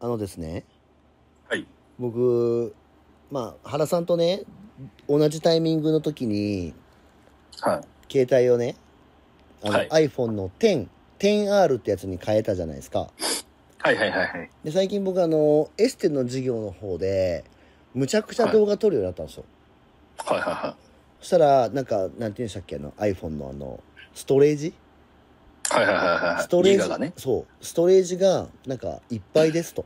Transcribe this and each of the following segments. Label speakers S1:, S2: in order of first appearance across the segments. S1: あのですね、
S2: はい。
S1: 僕、まあ、原さんとね、同じタイミングの時に、
S2: はい。
S1: 携帯をね、あの、
S2: はい
S1: iPhone の10、10R ってやつに変えたじゃないですか。
S2: はいはいはいはい。
S1: で、最近僕あの、エステの授業の方で、むちゃくちゃ動画撮るようになったんですよ。
S2: はいはいは
S1: そしたら、なんか、なんて言うんでしたっけ、あの、iPhone のあの、ストレージ
S2: い。はいはいはいはい。
S1: ストレ
S2: ギ
S1: ー
S2: ガ
S1: ジ
S2: がね。
S1: そう、ストレージが、なんか、いっぱいですと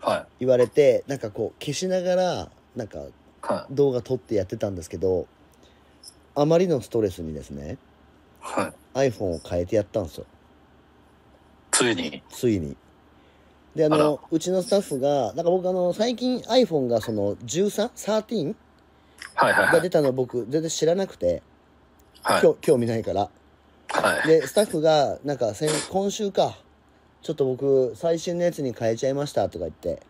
S2: は
S1: 言われて、なんかこう、消しながら、なんか、
S2: い。はい。
S1: 動画撮ってやってたんですけど、あまりのストレスにですね、
S2: はい。
S1: iPhone を変えてやったんですよ。
S2: ついに。
S1: ついに。で、あ
S2: あ
S1: の
S2: ら、
S1: うちのスタッフが、なんか僕あの、最近 iPhone がその 13?13?
S2: はいはいは
S1: が
S2: い。
S1: 出たの僕、全然知らなくて、
S2: はい。
S1: 興興味ないから。
S2: はい。
S1: で、スタッフが、なんか先、今週か、ちょっと僕、最新のやつに変えちゃいましたとか言って、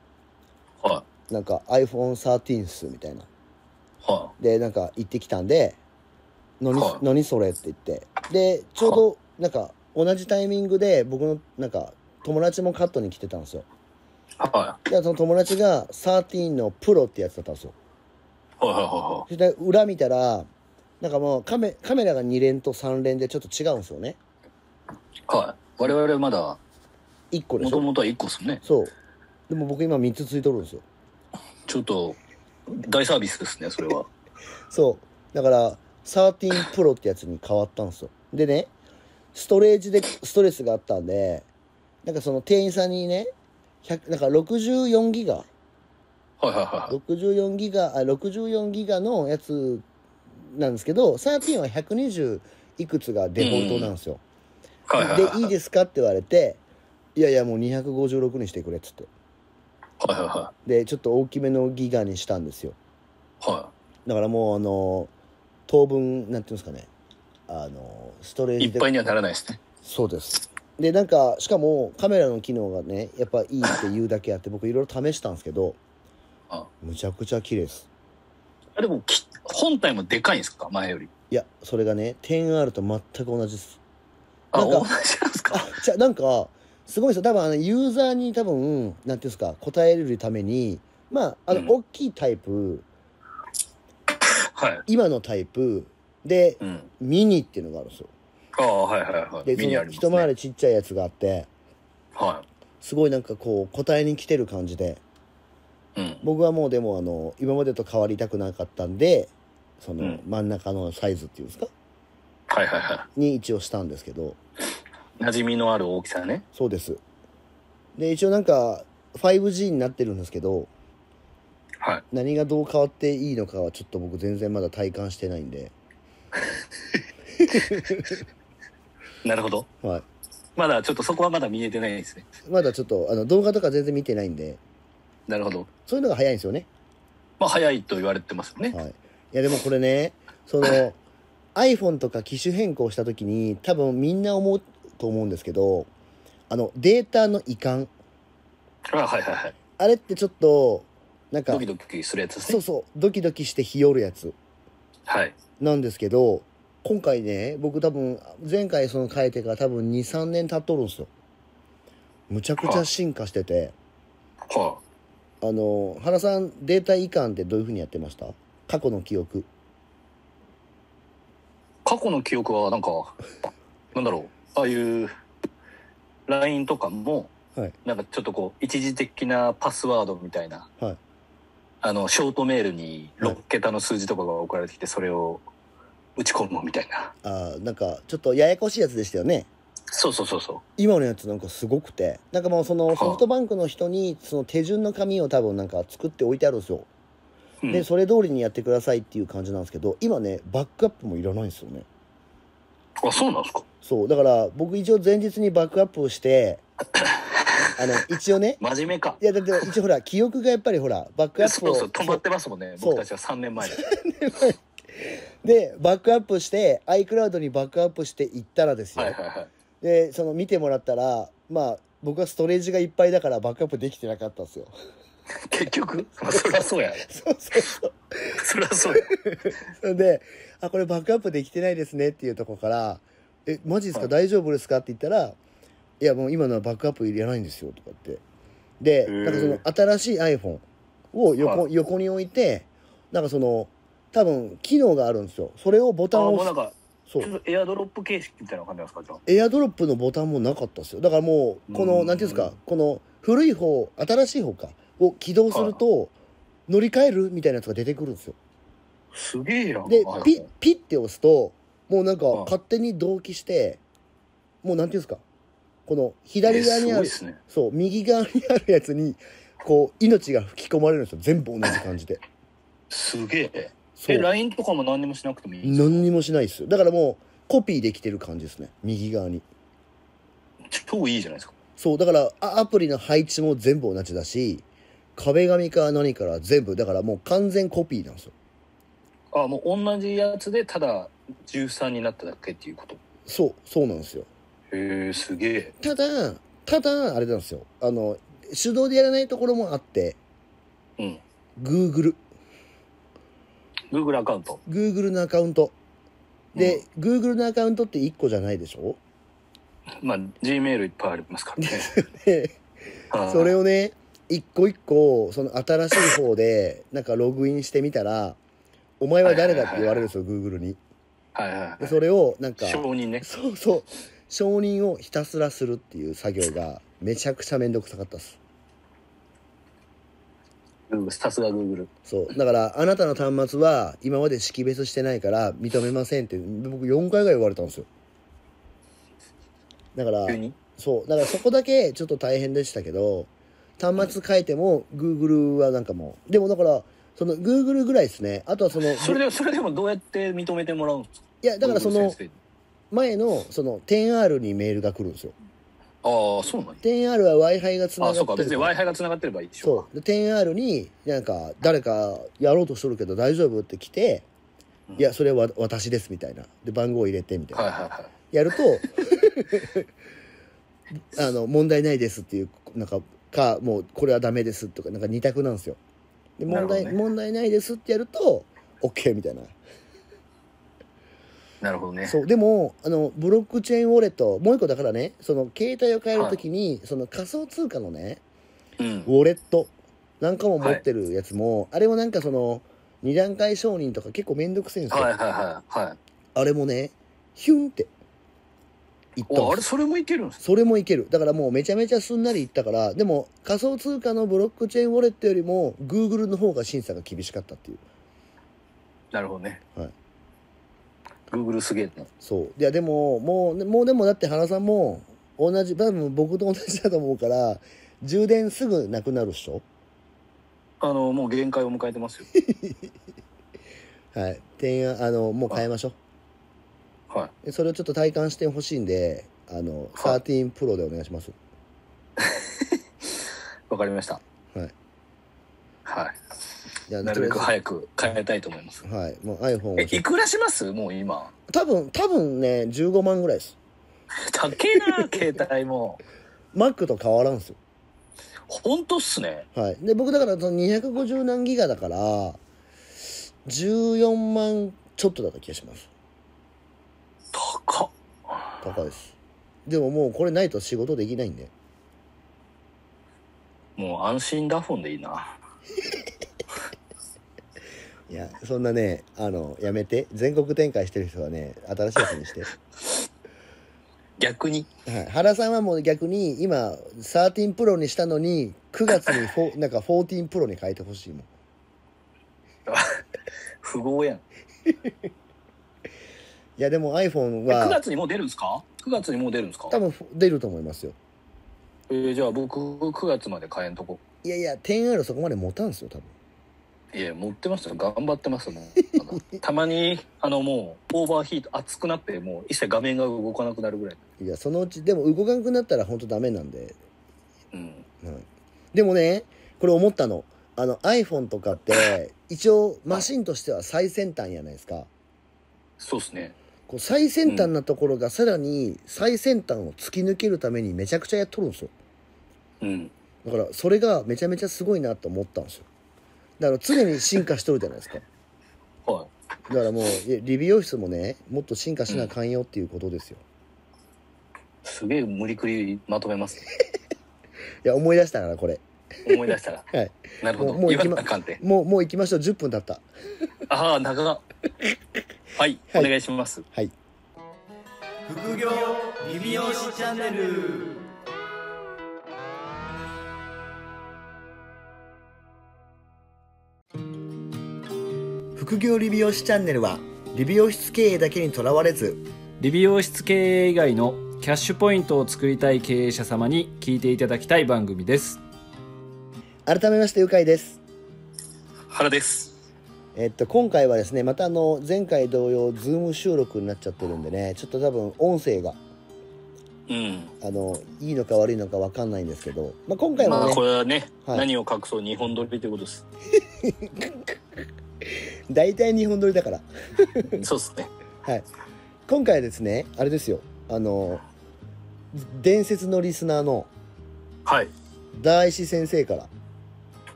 S2: は
S1: なんか iPhone13 っす、みたいな。
S2: い。は
S1: で、なんか行ってきたんで、何
S2: は、い
S1: 何それって言って。で、ちょうど、なんか、同じタイミングで、僕の、なんか、友達もカットに来てたんですよ。
S2: い。は
S1: で、その友達が13のプロってやつだったんですよ。
S2: い。はいはいは
S1: そして、裏見たら、なんかもうカメ、カメラが2連と3連でちょっと違うんですよね。
S2: いはい。はい。我々まだ、
S1: 1個でし
S2: もと
S1: ょ
S2: もとは1個ですもんね。
S1: そう。でも僕今3つついとるんですよ。
S2: ちょっと、大サービスですね、それは。
S1: そう。だから、13プロってやつに変わったんですよ。でね、ストレージでストレスがあったんで、なんかその店員さんにね、100なんか64ギガ
S2: はいはいはいはい。
S1: 64ギガ、あ、64ギガのやつなんですけど、13は120いくつがデフォルトなんですよ。
S2: はいはいはい。
S1: で、いいですかって言われて、いやいやもう256にしてくれっつって。
S2: はいはいは
S1: で、ちょっと大きめのギガにしたんですよ。
S2: い。は
S1: だからもうあの、当分、なんていうんですかね、あの、ストレー
S2: い。い
S1: ジ
S2: っ
S1: で。
S2: ぱいにはならないですね。
S1: そうです。で、なんか、しかもカメラの機能がね、やっぱいいって言うだけあって、僕いろいろ試したんですけど、
S2: あ
S1: むちゃくちゃ綺麗です。
S2: あでも、き本体もでかいんですか前より。
S1: いや、それがね、10R と全く同じです。
S2: あ、
S1: なんか
S2: 同じなんですか
S1: あ、じゃあなんか、すごいですよ。多分あの、ユーザーに多分、なんていうんですか、答えるために、まあ、あの、
S2: うん
S1: 大きいタイプ、
S2: はい。
S1: 今のタイプ、で、
S2: うん。
S1: ミニっていうのがあるんですよ。
S2: ああ、はいはいはい。
S1: で、
S2: ミニあ
S1: その
S2: ります
S1: 一
S2: ね。
S1: 回りちっちゃいやつがあって、
S2: は
S1: すごいなんかこう、答えに来てる感じで、
S2: い。うん。
S1: 僕はもうでもあの今までと変わりたくなかったんでその、
S2: うん
S1: 真ん中のサイズっていうんですか
S2: はいはいは
S1: に一応したんですけど
S2: い。馴染みのある大きさね。
S1: そうですで一応なんか 5G になってるんですけど
S2: はい。
S1: 何がどう変わっていいのかはちょっと僕全然まだ体感してないんで
S2: なるほど。
S1: はい
S2: まだちょっとそこはまだ見えてないですね。
S1: まだちょっとあの動画とか全然見てないんで
S2: なるほど。
S1: そういうのが早いんですよね
S2: まあ、早いと言われてますよね。
S1: はいいやでもこれねその iPhone とか機種変更した時に多分みんな思うと思うんですけどあのデータの移管
S2: あはいはいはい。
S1: あれってちょっと、なんか
S2: ドキ、ドキするやつです
S1: そう
S2: ね。
S1: そう、ドキドキして日和るやつ
S2: はい。
S1: なんですけど、今回ね、僕多分、前回その変えてから多分2、3年経っとるんですよ。むちゃくちゃ進化してて、
S2: は
S1: あの、原さん、データ移管ってどういう風にやってました過去の記憶。
S2: あ。過去の記憶はなんか、なんだろう。ああいう、LINE とかも、
S1: はい
S2: なんかちょっとこう、一時的なパスワードみたいな、
S1: はい
S2: あの、ショートメールに6桁の数字とかが送られてきて、それを打ち込むみたいな。
S1: あーなんか、ちょっとややこしいやつでしたよね。
S2: そうそうそうそ
S1: 今のやつなんかすごくて、なんかもうその
S2: は
S1: ソフトバンクの人にその手順の紙を多分なんか作って置いてあるんですよ。
S2: う。うん
S1: で、それ通りにやってくださいっていう感じなんですけど、今ね、バックアップもいらないんですよね。
S2: あ、そうなんですか
S1: そう。だから、僕一応前日にバックアップをして、 あの、一応ね、
S2: 真面目か。
S1: いや、だって一応ほら、記憶がやっぱりほら、バックアップ
S2: そ
S1: を。
S2: うそう、止まってますもんね。
S1: そう
S2: 僕たちは3年前に。
S1: そうで、バックアップして、iCloud にバックアップして行ったらですよ。
S2: はいはいはい。
S1: で、その見てもらったら、まあ、僕はストレージがいっぱいだからバックアップできてなかったんですよ。
S2: 結局、まあそりゃそうや。
S1: そうそうそう。
S2: そりゃそうや。
S1: それで、あ、これバックアップできてないですねっていうとこから、え、マジですか、
S2: はい
S1: 大丈夫ですかって言ったら、いや、もう今のはバックアップいらないんですよとかってで、
S2: へー
S1: なんかその新しい iPhone を横,、
S2: は
S1: 横に置いて、なんかその、多分機能があるんですよ。それをボタン
S2: あ
S1: を
S2: もう
S1: 押
S2: な
S1: すそ
S2: ん。かち
S1: う。
S2: ょっとエアドロップ形式みたいな感じなんですかじゃあ
S1: エアドロップのボタンもなかったですよ。だからもう、この、
S2: うん
S1: なんていうんですか、この古い方、新しい方か、を起動すると、乗り換えるみたいなやつが出てくるんですよ。
S2: すげえやん
S1: で
S2: iPhone
S1: ピッピッて押すともうなんか
S2: はい
S1: 勝手に同期してもうなんていうんですかこの左側にあ
S2: えーすごい
S1: る、
S2: っすね
S1: そう右側にあるやつにこう命が吹き込まれるんですよ全部同じ感じ です
S2: げえ
S1: そ
S2: え
S1: う
S2: LINE とかも何にもしなくてもいいんですか
S1: 何にもしないですよだからもうコピーできてる感じですね右側に
S2: 超いいじゃないですか
S1: そうだからあアプリの配置も全部同じだし壁紙から何から全部だからもう完全コピーなんですよ
S2: あもう同じやつでただ13になっただけっていうこと
S1: そうそうなんですよ
S2: へえすげえ
S1: ただただあれなんですよあの手動でやらないところもあって
S2: うん
S1: Google
S2: Google アカウント
S1: Google のアカウントで、Google のアカウントって1個じゃないでしょ
S2: まあ G メールいっぱいありますか らね
S1: で それ
S2: を
S1: をね一個一個その新しい方でなんかログインしてみたら「お前は誰だ?」って言われるんですよ Google に
S2: はいはい、はい
S1: で、それをなんか
S2: 承認ね
S1: そうそう承認をひたすらするっていう作業がめちゃくちゃ面倒くさかったっす
S2: Google さすが Google
S1: そうだからあなたの端末は今まで識別してないから認めませんって僕4回ぐらい言われたんですよだから
S2: 急に
S1: そうだからそこだけちょっと大変でしたけど端末変えても Google はなんかもうでもだからその Google ぐらいですねあとはその
S2: それでそれでもどうやって認めてもらうんですか
S1: いやだからそ
S2: Google
S1: の
S2: 先
S1: 前のその 10R にメールが来るんですよ
S2: 生にああそうなんや
S1: 10R は w i f i がつなが
S2: あ
S1: って
S2: そう
S1: る
S2: か別に w i f i が繋がってればいいでしょ
S1: そうで 10R になんか誰かやろうとしとるけど大丈夫って来て
S2: うん
S1: いやそれはわ私ですみたいなで番号入れてみたいな、
S2: はいはいはい
S1: やると あの問題ないですっていうなんかかもうこれはダメですとかなんか二択なんですよで問題、
S2: なるほどね
S1: 問題ないですってやると OK みたいな
S2: なるほどね
S1: そうでもあのブロックチェーンウォレットもう一個だからねその携帯を変えるときに、その仮想通貨のね
S2: うん
S1: ウォレットなんかも持ってるやつも、あれもなんかその二段階承認とか結構めんどくせえんです
S2: はい
S1: よ、
S2: はいはいはい
S1: あれもねヒュンっていったんです
S2: おあれそれもいけるんです
S1: それもいけるだからもうめちゃめちゃすんなりいったからでも仮想通貨のブロックチェーンウォレットよりも Google の方が審査が厳しかったっていう
S2: なるほどね
S1: はい
S2: グーグルすげえな
S1: そういやでももうもうでもだって原さんも同じ多分僕と同じだと思うから充電すぐなくなるっしょ
S2: あのもう限界を迎え てますよ
S1: はい提案あのもう変えましょ
S2: はいう
S1: でそれをちょっと体感してほしいんであの
S2: はい
S1: 13プロでお願いします
S2: わかりました
S1: はい
S2: はい
S1: や
S2: いなるべく
S1: はい、
S2: 早く変えたいと思います
S1: はい、もう iPhone
S2: え
S1: をちょ
S2: いくらしますもう今
S1: 多分多分ね15万ぐらいです
S2: 高えな携帯も
S1: Mac と変わらんっすよ
S2: ほんとっすね
S1: はい、で僕だからその250何ギガだから14万ちょっとだった気がします
S2: 高っ
S1: 高いですでももうこれないと仕事できないんで
S2: もう安心ダフォンでいいない
S1: やそんなねあのやめて全国展開してる人はね新しいやつにして、
S2: 逆に
S1: はい、原さんはもう逆に今13プロにしたのに9月にフォ なんか14プロに変えてほしいもん
S2: 富豪やん
S1: いやでも iPhone
S2: え9
S1: は
S2: 月にもう出るんですか9月にもう出るんですか
S1: 多分出ると思いますよ
S2: えーじゃあ僕9月まで買えんとこ
S1: いやいや 10R そこまで持たんすよ多分
S2: いや持ってますよ頑張ってますもんあの たまにあのもうオーバーヒート熱くなってもう一切画面が動かなくなるぐらい、
S1: いやそのうちでも動かなくなったら本当ダメなんで
S2: うん、
S1: はい、でもねこれ思ったのあの iPhone とか って一応マシンとしては最先端やないですか
S2: そうっすね
S1: こう最先端なところがさらに最先端を突き抜けるためにめちゃくちゃやっとるんですよ
S2: うん
S1: だからそれがめちゃめちゃすごいなと思ったんですよだから常に進化しとるじゃないですか
S2: はい
S1: だからもうえ理美容室もねもっと進化しなあかんよっていうことですよ、
S2: すげえ無理くりまとめますね
S1: いや思い出したからこれ。
S2: 思い出したら
S1: はい。
S2: なるほど。
S1: もうもう
S2: 言
S1: 行きま
S2: わなあかんて。
S1: もう、もう行きましょう。10分経った。
S2: ああ、長っ。はい、
S1: はい
S2: お願いします。
S1: はい。
S3: 副業リビオシチャンネル
S1: 副業理美容師チャンネルは、理美容室経営だけにとらわれず、
S4: 理美容室経営以外のキャッシュポイントを作りたい経営者様に聞いていただきたい番組です
S1: 改めまして、うかいです。
S2: 原です。
S1: えっと、今回はですね、またあの、前回同様、ズーム収録になっちゃってるんでね、ちょっと多分、音声が、
S2: うん。
S1: あの、いいのか悪いのかわかんないんですけど、まあ、今回
S2: まあ、
S1: も
S2: こ
S1: ね、
S2: れはね、
S1: はい
S2: 何を隠そう日本撮りってことです。
S1: 大体日本撮りだから、
S2: そうですね。
S1: はい。今回はですね、あれですよ、あの、伝説のリスナーの
S2: はい。
S1: 大師先生から、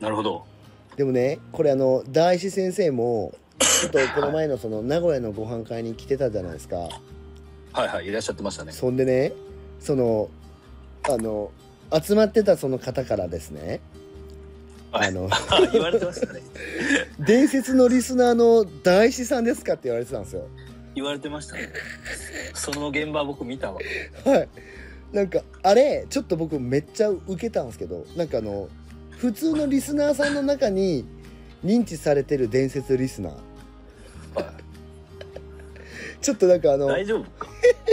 S2: なるほど。
S1: でもねこれあの大師先生もちょっとこの前のその名古屋のご飯会に来てたじゃないですか
S2: はいはい、いらっしゃってま したね。
S1: そんでねそのあの集まってたその方からですね
S2: はい
S1: あの
S2: 言われてましたね。
S1: 伝説のリスナーの大師さんですかって言われてたんですよ
S2: 言われてましたね。その現場僕見たわ。
S1: はいなんかあれちょっと僕めっちゃウケたんですけどなんかあの普通のリスナーさんの中に認知されてる伝説リスナー
S2: は
S1: ちょっとなんかあ
S2: い
S1: の
S2: 大丈夫か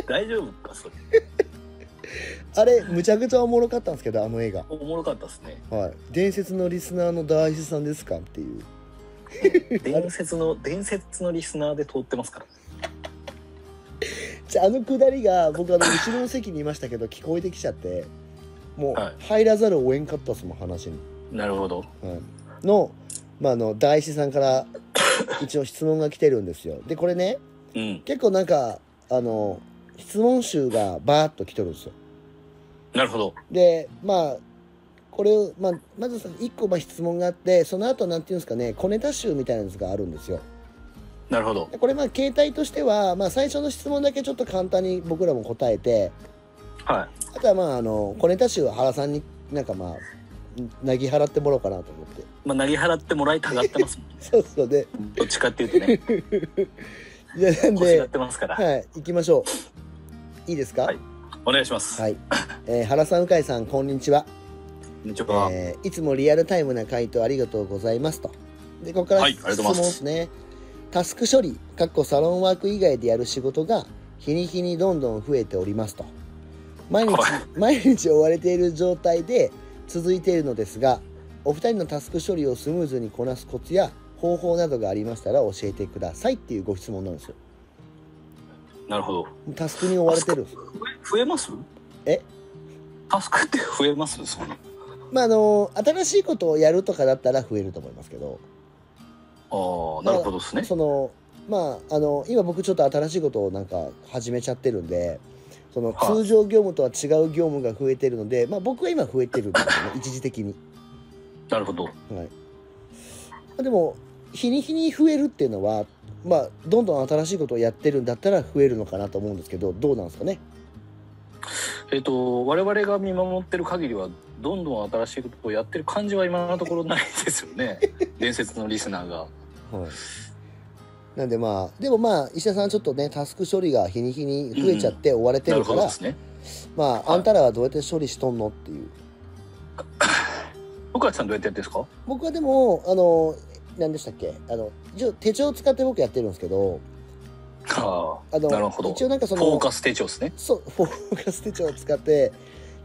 S2: 大丈夫かそれ。
S1: あれむちゃくちゃおもろかったんですけどあの映画
S2: おもろかったですね。
S1: はい、伝説のリスナーの大師さんですかっていう
S2: 伝説の、伝説のリスナーで通ってますから。
S1: じゃああのくだりが僕あの後ろの席にいましたけど聞こえてきちゃっても
S2: はいう
S1: 入らざるを得んかったその話に、
S2: なるほど。
S1: はい、の,、まあ、あの大師さんから一応質問が来てるんですよでこれね
S2: うん。
S1: 結構なんかあの質問集がバーッと来てるんですよ
S2: なるほど。
S1: でまあこれを、まあ、まずさ一個まあ質問があってその後なんていうんですかね小ネタ集みたいなやつがあるんですよ
S2: なるほど。
S1: でこれまあ携帯としては、まあ、最初の質問だけちょっと簡単に僕らも答えて
S2: は
S1: あとはまああの小ネタ集は原さんになんかまあなぎ払ってもらおうかなと思って
S2: い。まあ、投げ払ってもらいたがってますもんね。
S1: そうそうで
S2: どっちかっていうとね、
S1: いやなん
S2: 腰が
S1: で
S2: ってますから。
S1: はい行きましょういいですか
S2: はいお願いします。
S1: はい、えー原さん鵜飼さんこんにちは、
S2: こんにちは。
S1: えーいつもリアルタイムな回答ありがとうございますとでここから
S2: はいあ
S1: 質
S2: りがと
S1: 問
S2: うござい
S1: で
S2: ます
S1: すね、タスク処理かっこサロンワーク以外でやる仕事が日に日にどんどん増えておりますと毎日
S2: はい
S1: 毎日追われている状態で続いているのですがお二人のタスク処理をスムーズにこなすコツや方法などがありましたら教えてくださいっていうご質問なんですよ
S2: なるほど。
S1: タスクに追われてるんです
S2: 増えます
S1: え
S2: タスクって増えますその
S1: まああの新しいことをやるとかだったら増えると思いますけど
S2: ああ、なるほどですね。
S1: そのまああの今僕ちょっと新しいことをなんか始めちゃってるんでその
S2: はい
S1: 通常業務とは違う業務が増えてるので、まあ、僕は今増えてるんですよね一時的に、
S2: なるほど。
S1: はいまあ、でも日に日に増えるっていうのはまあどんどん新しいことをやってるんだったら増えるのかなと思うんですけどどうなんですかね
S2: えっ、と、我々が見守ってる限りは、どんどん新しいことをやってる感じは今のところないですよ ね。伝説のリスナーが。
S1: はいなんでまあでもまあ石田さんちょっとねタスク処理が日に日に増えちゃって追われて
S2: な
S1: る
S2: る
S1: か
S2: ほど
S1: ら、
S2: ですね。
S1: まああんたらはどうやって処理しとんのっていう
S2: 岡地さんどうやってやってるんですか
S1: 僕はでもあの何でしたっけあの一応手帳を使って僕やってるんですけど
S2: あ
S1: あの
S2: なるほど
S1: 一応なんか
S2: あ。
S1: そ
S2: フ
S1: の
S2: ォーカス手帳ですね。
S1: そうフォーカス手帳を使って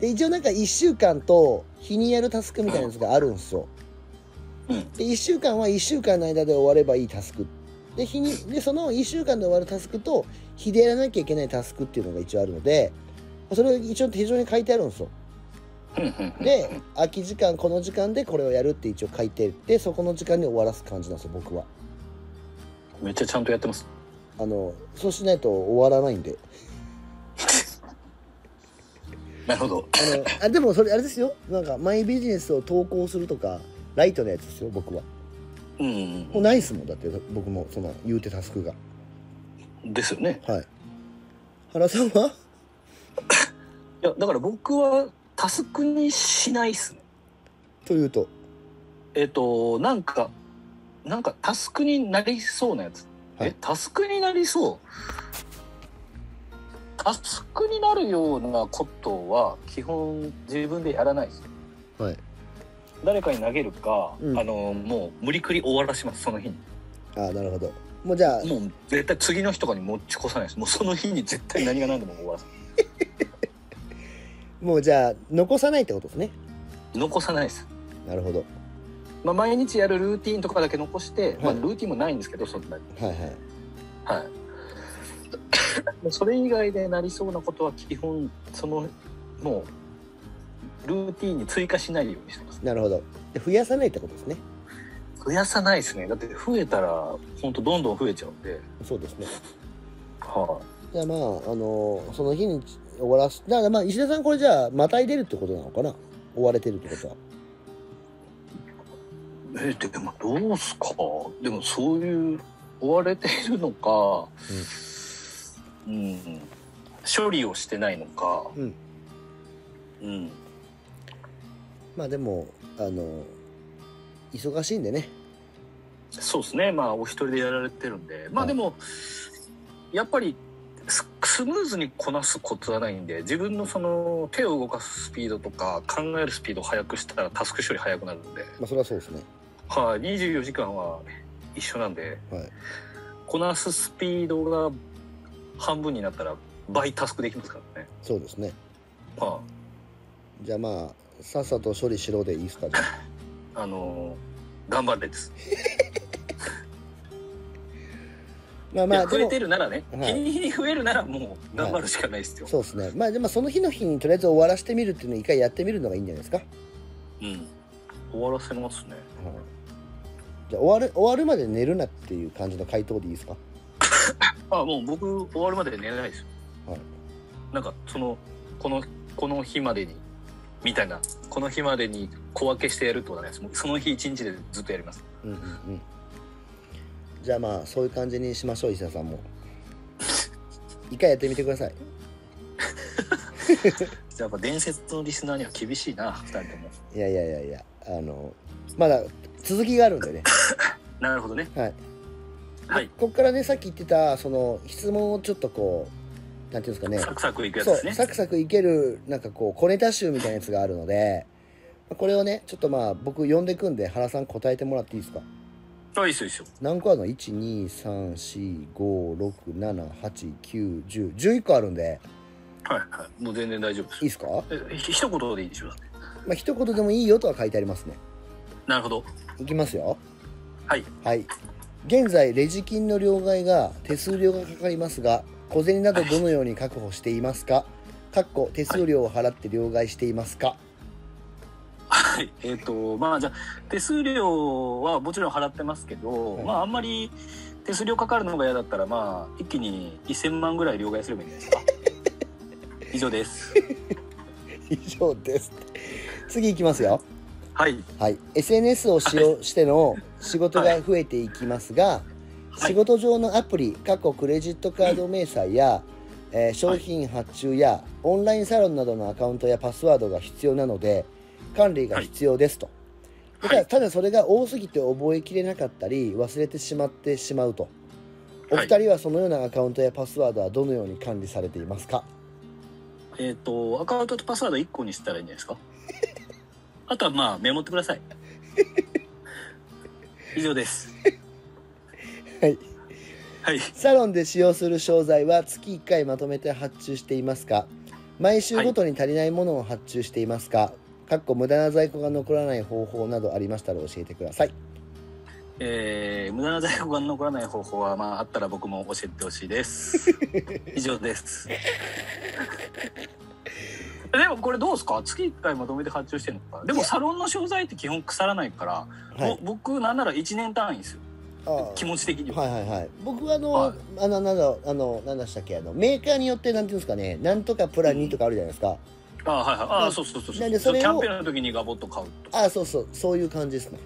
S1: で一応なんか1週間と日にやるタスクみたいなやつがあるんですよ、
S2: うん
S1: で1週間は1週間の間で終わればいいタスクで日にでその1週間で終わるタスクと日でやらなきゃいけないタスクっていうのが一応あるのでそれを一応手帳に書いてあるんですよ
S2: うんうんうん
S1: で空き時間この時間でこれをやるって一応書いてでそこの時間に終わらす感じなんですよ僕は
S2: めっちゃちゃんとやってます。
S1: あのそうしないと終わらないんで
S2: なるほど。
S1: あのあでもそれあれですよなんかマイビジネスを投稿するとかライトなやつですよ僕は
S2: うん
S1: もうないっすもんだって僕もその言うてタスクが
S2: うん。ですよね。
S1: はい原さんはい
S2: や、だから僕はタスクにしないっすね。
S1: というと
S2: えっとなんかなんかタスクになりそうなやつ、
S1: はい
S2: えタスクになりそうタスクになるようなことは基本自分でやらないです
S1: はい
S2: 誰かに投げるか、
S1: うん
S2: あのもう無理くり終わらしますその日に
S1: ああなるほどもうじゃあ
S2: もう絶対次の日とかに持ち越さないですもうその日に絶対何が何でも終わらせま
S1: もうじゃあ残さないってことですね
S2: す残さないです
S1: なるほど
S2: まあ、毎日やるルーティンとかだけ残して、まあ、
S1: はい
S2: ルーティンもないんですけどそんなに
S1: はいはい
S2: はいもうそれ以外でなりそうなことは基本そのもうルーティンに追加しないようにしてます
S1: なるほどで増やさないってことですね
S2: 増やさないですねだって増えたら本当どんどん増えちゃうんで
S1: そうですね
S2: は
S1: じゃあまああのその日に終わらすだからまあ石田さんこれじゃあまたいでるってことなのかな追われてるってことはい
S2: えーでもどうすかでもそういう追われているのかうん処理をしてないのか
S1: うん
S2: うん
S1: まあでもあの忙しいんでね
S2: そうですねまあお一人でやられてるんで
S1: は
S2: まあ
S1: い
S2: でも、やっぱりススムーズにこなすコツはないんで自分のその手を動かすスピードとか考えるスピードを速くしたらタスク処理速くなるんで、
S1: まあそれはそうですね
S2: はい、24時間は一緒なんで
S1: はい
S2: こなすスピードが半分になったら倍タスクできますからね、
S1: そうですね
S2: は
S1: じゃあまあさっさと処理しろでいいですかね
S2: あ、あのー頑張れです、
S1: まあ
S2: い
S1: ま
S2: や
S1: あ
S2: 増
S1: で
S2: え
S1: も
S2: てるならね、
S1: はい
S2: 日に日に増えるならもう頑張るしかないですよ、
S1: そうですねまあでもその日の日にとりあえず終わらしてみるっていうのを一回やってみるのがいいんじゃないですか、はい、
S2: うん終わらせますね
S1: じゃあ終わる終わるまで寝るなっていう感じの回答でいいですか
S2: あもう僕終わるまで寝れないですよ、
S1: はい
S2: なんかそのこのこの日までにみたいなこの日までに小分けしてやるってことはないですもうその日一日でずっとやります
S1: うんうんうんじゃあまあそういう感じにしましょう石田さんも一回やってみてください
S2: やっぱ伝説のリスナーには厳しいな2人とも
S1: いやいやいやいやあのまだ続きがあるんでね
S2: なるほどね
S1: はい
S2: はい
S1: こっからねさっき言ってたその質問をちょっとこうなんていうんですかね
S2: サクサクいくやつ
S1: そ
S2: です
S1: う
S2: ね
S1: サクサクいけるなんかこう小ネタ集みたいなやつがあるのでこれをねちょっとまあ僕呼んでくんで原さん答えてもらっていいですか
S2: あいいっすよいいっすよ
S1: 何個あるの ?1234567891011個あるんで
S2: はいはいもう全然大丈夫です
S1: いいですかま
S2: えひ一言でいいでしょう
S1: あ一言でもいいよとは書いてありますね
S2: なるほど
S1: いきますよ
S2: はい
S1: はい現在レジ金の両替が手数料がかかりますが小銭などどのように確保していますかかっこ手数料を払って両替していますか
S2: はいえっ、とまあじゃあ手数料はもちろん払ってますけど、
S1: はい
S2: まああんまり手数料かかるのが嫌だったらまあ一気に1000万ぐらい両替すればいいんじゃないです か以上です
S1: 以上です次いきますよ
S2: はい
S1: はい、SNS を使用しての仕事が増えていきますが、
S2: はい
S1: 仕事上のアプリ、過去クレジットカード明細や、えー商品発注や、オンラインサロンなどのアカウントやパスワードが必要なので管理が必要ですと、た
S2: は
S1: だ
S2: い
S1: ただそれが多すぎて覚えきれなかったり忘れてしまってしまうとお
S2: は
S1: 二
S2: い
S1: 人はそのようなアカウントやパスワードはどのように管理されていますか、
S2: えっ、とアカウントとパスワード1個にしたらいいんじゃないですかあとはまあメモってくだ さい以上です
S1: はい
S2: はい
S1: サロンで使用する商材は月1回まとめて発注していますか毎週ごとに足りないものを発注していますか、かっこ無駄な在庫が残らない方法などありましたら教えてください
S2: えー、無駄な在庫が残らない方法はまああったら僕も教えてほしいです 以上ですでもこれどうですか月1回まとめて発注してるのかでもサロンの商材って基本腐らないから、
S1: はい
S2: ぼ僕なんなら1年単位ですよ
S1: あー
S2: 気持ち的には、
S1: はいはいはい僕はあの、
S2: はい
S1: あのなんだあの何でしたっけあのメーカーによってなんていうんですかねなんとかプラン2とかあるじゃないですか、
S2: ああはいはいああそうそうそうそ
S1: なん
S2: う
S1: でそれを
S2: キャンペーンの時にガボッと買うと
S1: ああそうそうそういう感じですね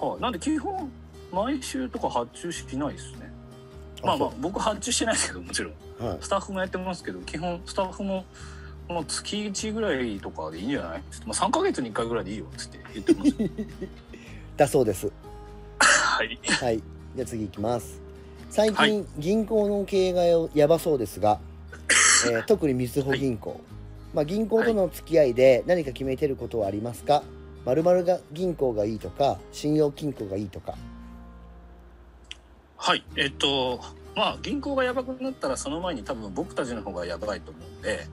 S2: はい、なんで基本毎週とか発注しないですね
S1: あ
S2: まあまあ
S1: そ
S2: 僕発注してないですけどもちろん
S1: うはい
S2: スタッフもやってますけど基本スタッフもまあ、月1ぐらいとかでいいんじゃないつって、まあ、3ヶ月に1回ぐらいでいいよっつって言ってます
S1: だそうです
S2: はい
S1: はいじゃあ次いきます最近、
S2: は
S1: 銀行の経営がやばそうです が、えー特にみずほ銀行、まあ、銀行との付き合いで何か決めてることはありますか〇〇が銀行がいいとか信用金庫がいいとか
S2: はいえっとまあ銀行がやばくなったらその前に多分僕たちの方がやばいと思うんで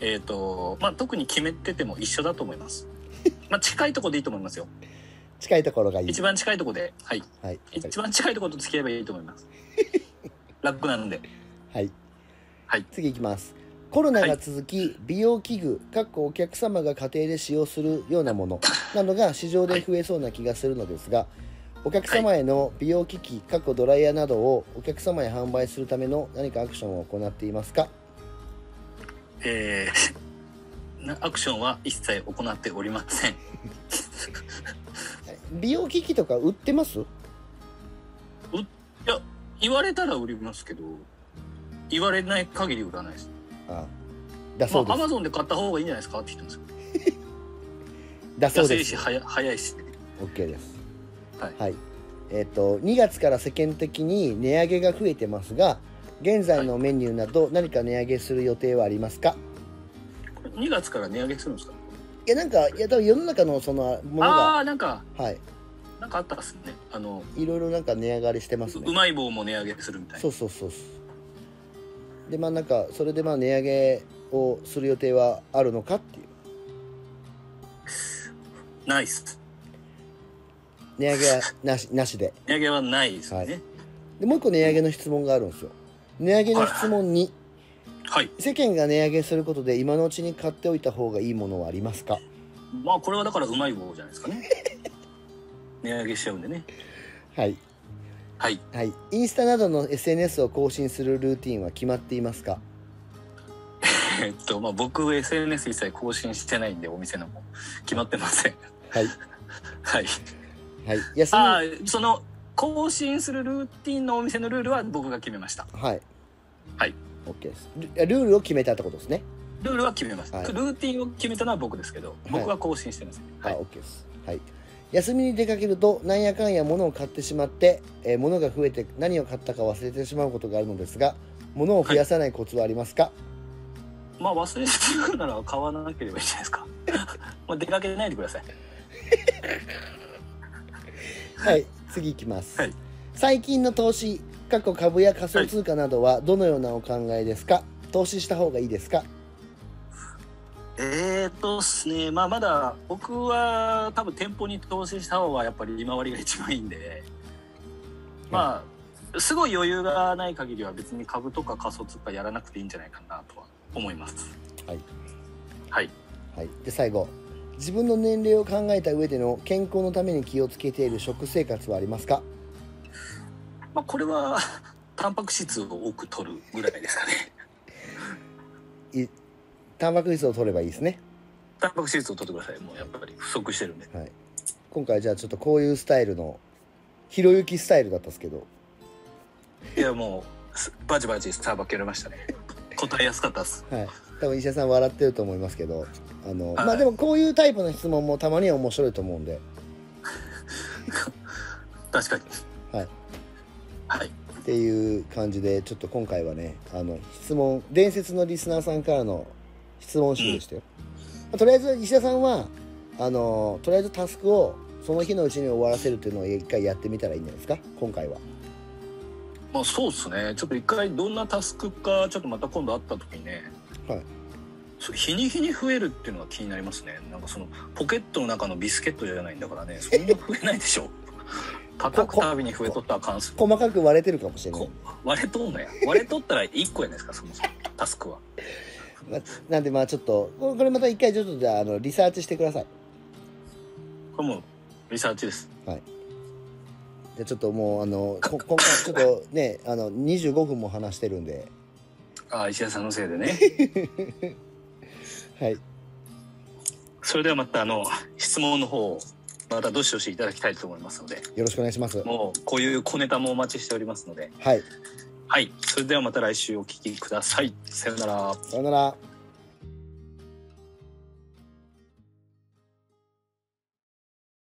S2: えっとまあ特に決めてても一緒だと思いますまあ近いとこでいいと思いますよ
S1: 近いところがいい
S2: 一番近いとこではい
S1: はいわかり
S2: 一番近いところと付き合えばいいと思います楽なんで
S1: はい。
S2: はい
S1: 次いきます。コロナが続き、美容器具、かっこお客様が家庭で使用するようなも のなどが市場で増えそうな気がするのですが、お客様への美容機器、かっこドライヤーなどをお客様へ販売するための何かアクションを行っていますか
S2: えーなアクションは一切行っておりません
S1: 美容機器とか売ってます
S2: 言われたら売りますけど言われない限り売らないです
S1: あだ
S2: ま
S1: そうで
S2: あア
S1: す。
S2: マゾンで買った方がいいんじゃないですかって言ってます
S1: だそう
S2: 安
S1: で
S2: い
S1: す
S2: し。早早いし
S1: OK です
S2: はい
S1: えっ、と2月から世間的に値上げが増えてますが現在のメニューなど何か値上げする予定はありますか、
S2: これ2月から値上げするんですか
S1: い、やなんかいや多分世の中のそのもの
S2: あ
S1: が
S2: あーなんか
S1: はい
S2: なんかあったっすねあの
S1: いろいろなんか値上がりしてます
S2: う
S1: ね
S2: うまい棒も値上げするみたい
S1: そうそうそうそうでまあなんかそれでまあ値上げをする予定はあるのかっていう
S2: なないっす
S1: 値上げはな しなしで
S2: 値上げはないです
S1: は
S2: ね
S1: いでもう一個値上げの質問があるんですよ値上げの質問に
S2: はい、
S1: 世間が値上げすることで今のうちに買っておいた方がいいものはありますか
S2: まあこれはだからうまい棒じゃないですかね 値上げしちゃうんでね
S1: はい
S2: はい
S1: はい、インスタなどの SNS を更新するルーティンは決まっていますか
S2: えっとまあ僕 SNS 一切更新してないんでお店のも決まってません
S1: はい、
S2: はい
S1: はい、休み
S2: ああその更新するルーティンのお店のルールは僕が決めました
S1: はい
S2: はい
S1: オッケーですルルールを決めたってことですね
S2: ルールは決めました、
S1: はい
S2: ルーティンを決めたのは僕ですけど僕は更新してません、
S1: は、
S2: はいい
S1: あオッケーですはい休みに出かけるとなんやかんや物を買ってしまって、えー物が増えて何を買ったか忘れてしまうことがあるのですが物を増やさないコツはありますか、
S2: まあ忘れてくるなら買わなければいいじゃないですか まあ出かけないでください
S1: はい、次いきます。
S2: はい
S1: 最近の投資、過去株や仮想通貨などはどのようなお考えですか。投資した方がいいですか。
S2: えー、っとですねまあまだ僕は多分店舗に投資した方がやっぱり利回りが一番いいんでまあすごい余裕がない限りは別に株とか仮想通貨やらなくていいんじゃないかなとは思います
S1: はい。
S2: はい
S1: はい、で、最後。自分の年齢を考えた上での健康のために気をつけている食生活はありますか。
S2: まあこれは タンパク質を多く取るぐらいですかね
S1: いタンパク質を取ればいいですね。
S2: タンパク質を取ってくださいもうやっぱり不足してるんで
S1: はい。今回じゃあちょっとこういうスタイルのひろゆきスタイルだったんですけど、
S2: いやもうすバチバチさばけられましたね 答えやすかったです
S1: はい。多分医者さん笑ってると思いますけど、あの、
S2: はい
S1: まあでもこういうタイプの質問もたまには面白いと思うんで、
S2: 確かに
S1: はい
S2: はい
S1: っていう感じでちょっと今回はねあの質問伝説のリスナーさんからの質問集でしたよ、まあとりあえず石田さんはあのとりあえずタスクをその日のうちに終わらせるっていうのを一回やってみたらいいんじゃないですか今回は
S2: まあそうですねちょっと一回どんなタスクかちょっとまた今度会った時にね、
S1: はい
S2: そう日に日に増えるっていうのが気になりますねなんかそのポケットの中のビスケットじゃないんだからねそんな増えないでしょ叩くたびに増えとったらあかんっす
S1: 細かく割れてるかもしれない
S2: こ割れとんのや割れとったら1個やないですかそもそもタスクは
S1: ななんでまあちょっとこれこれまた一回ちょっとじゃああのリサーチしてください
S2: これもうリサーチです
S1: じゃあちょっともうあのこ今回ちょっとねあの25分も話してるんで
S2: ああ石田さんのせいでね
S1: はい
S2: それではまたあの質問の方をまたどしどしいただきたいと思いますので
S1: よろしくお願いしますは
S2: もうこういう小ネタもお待ちしておりますので
S1: い
S2: はいそれではまた来週お聞きくださいさようなら
S1: さよなら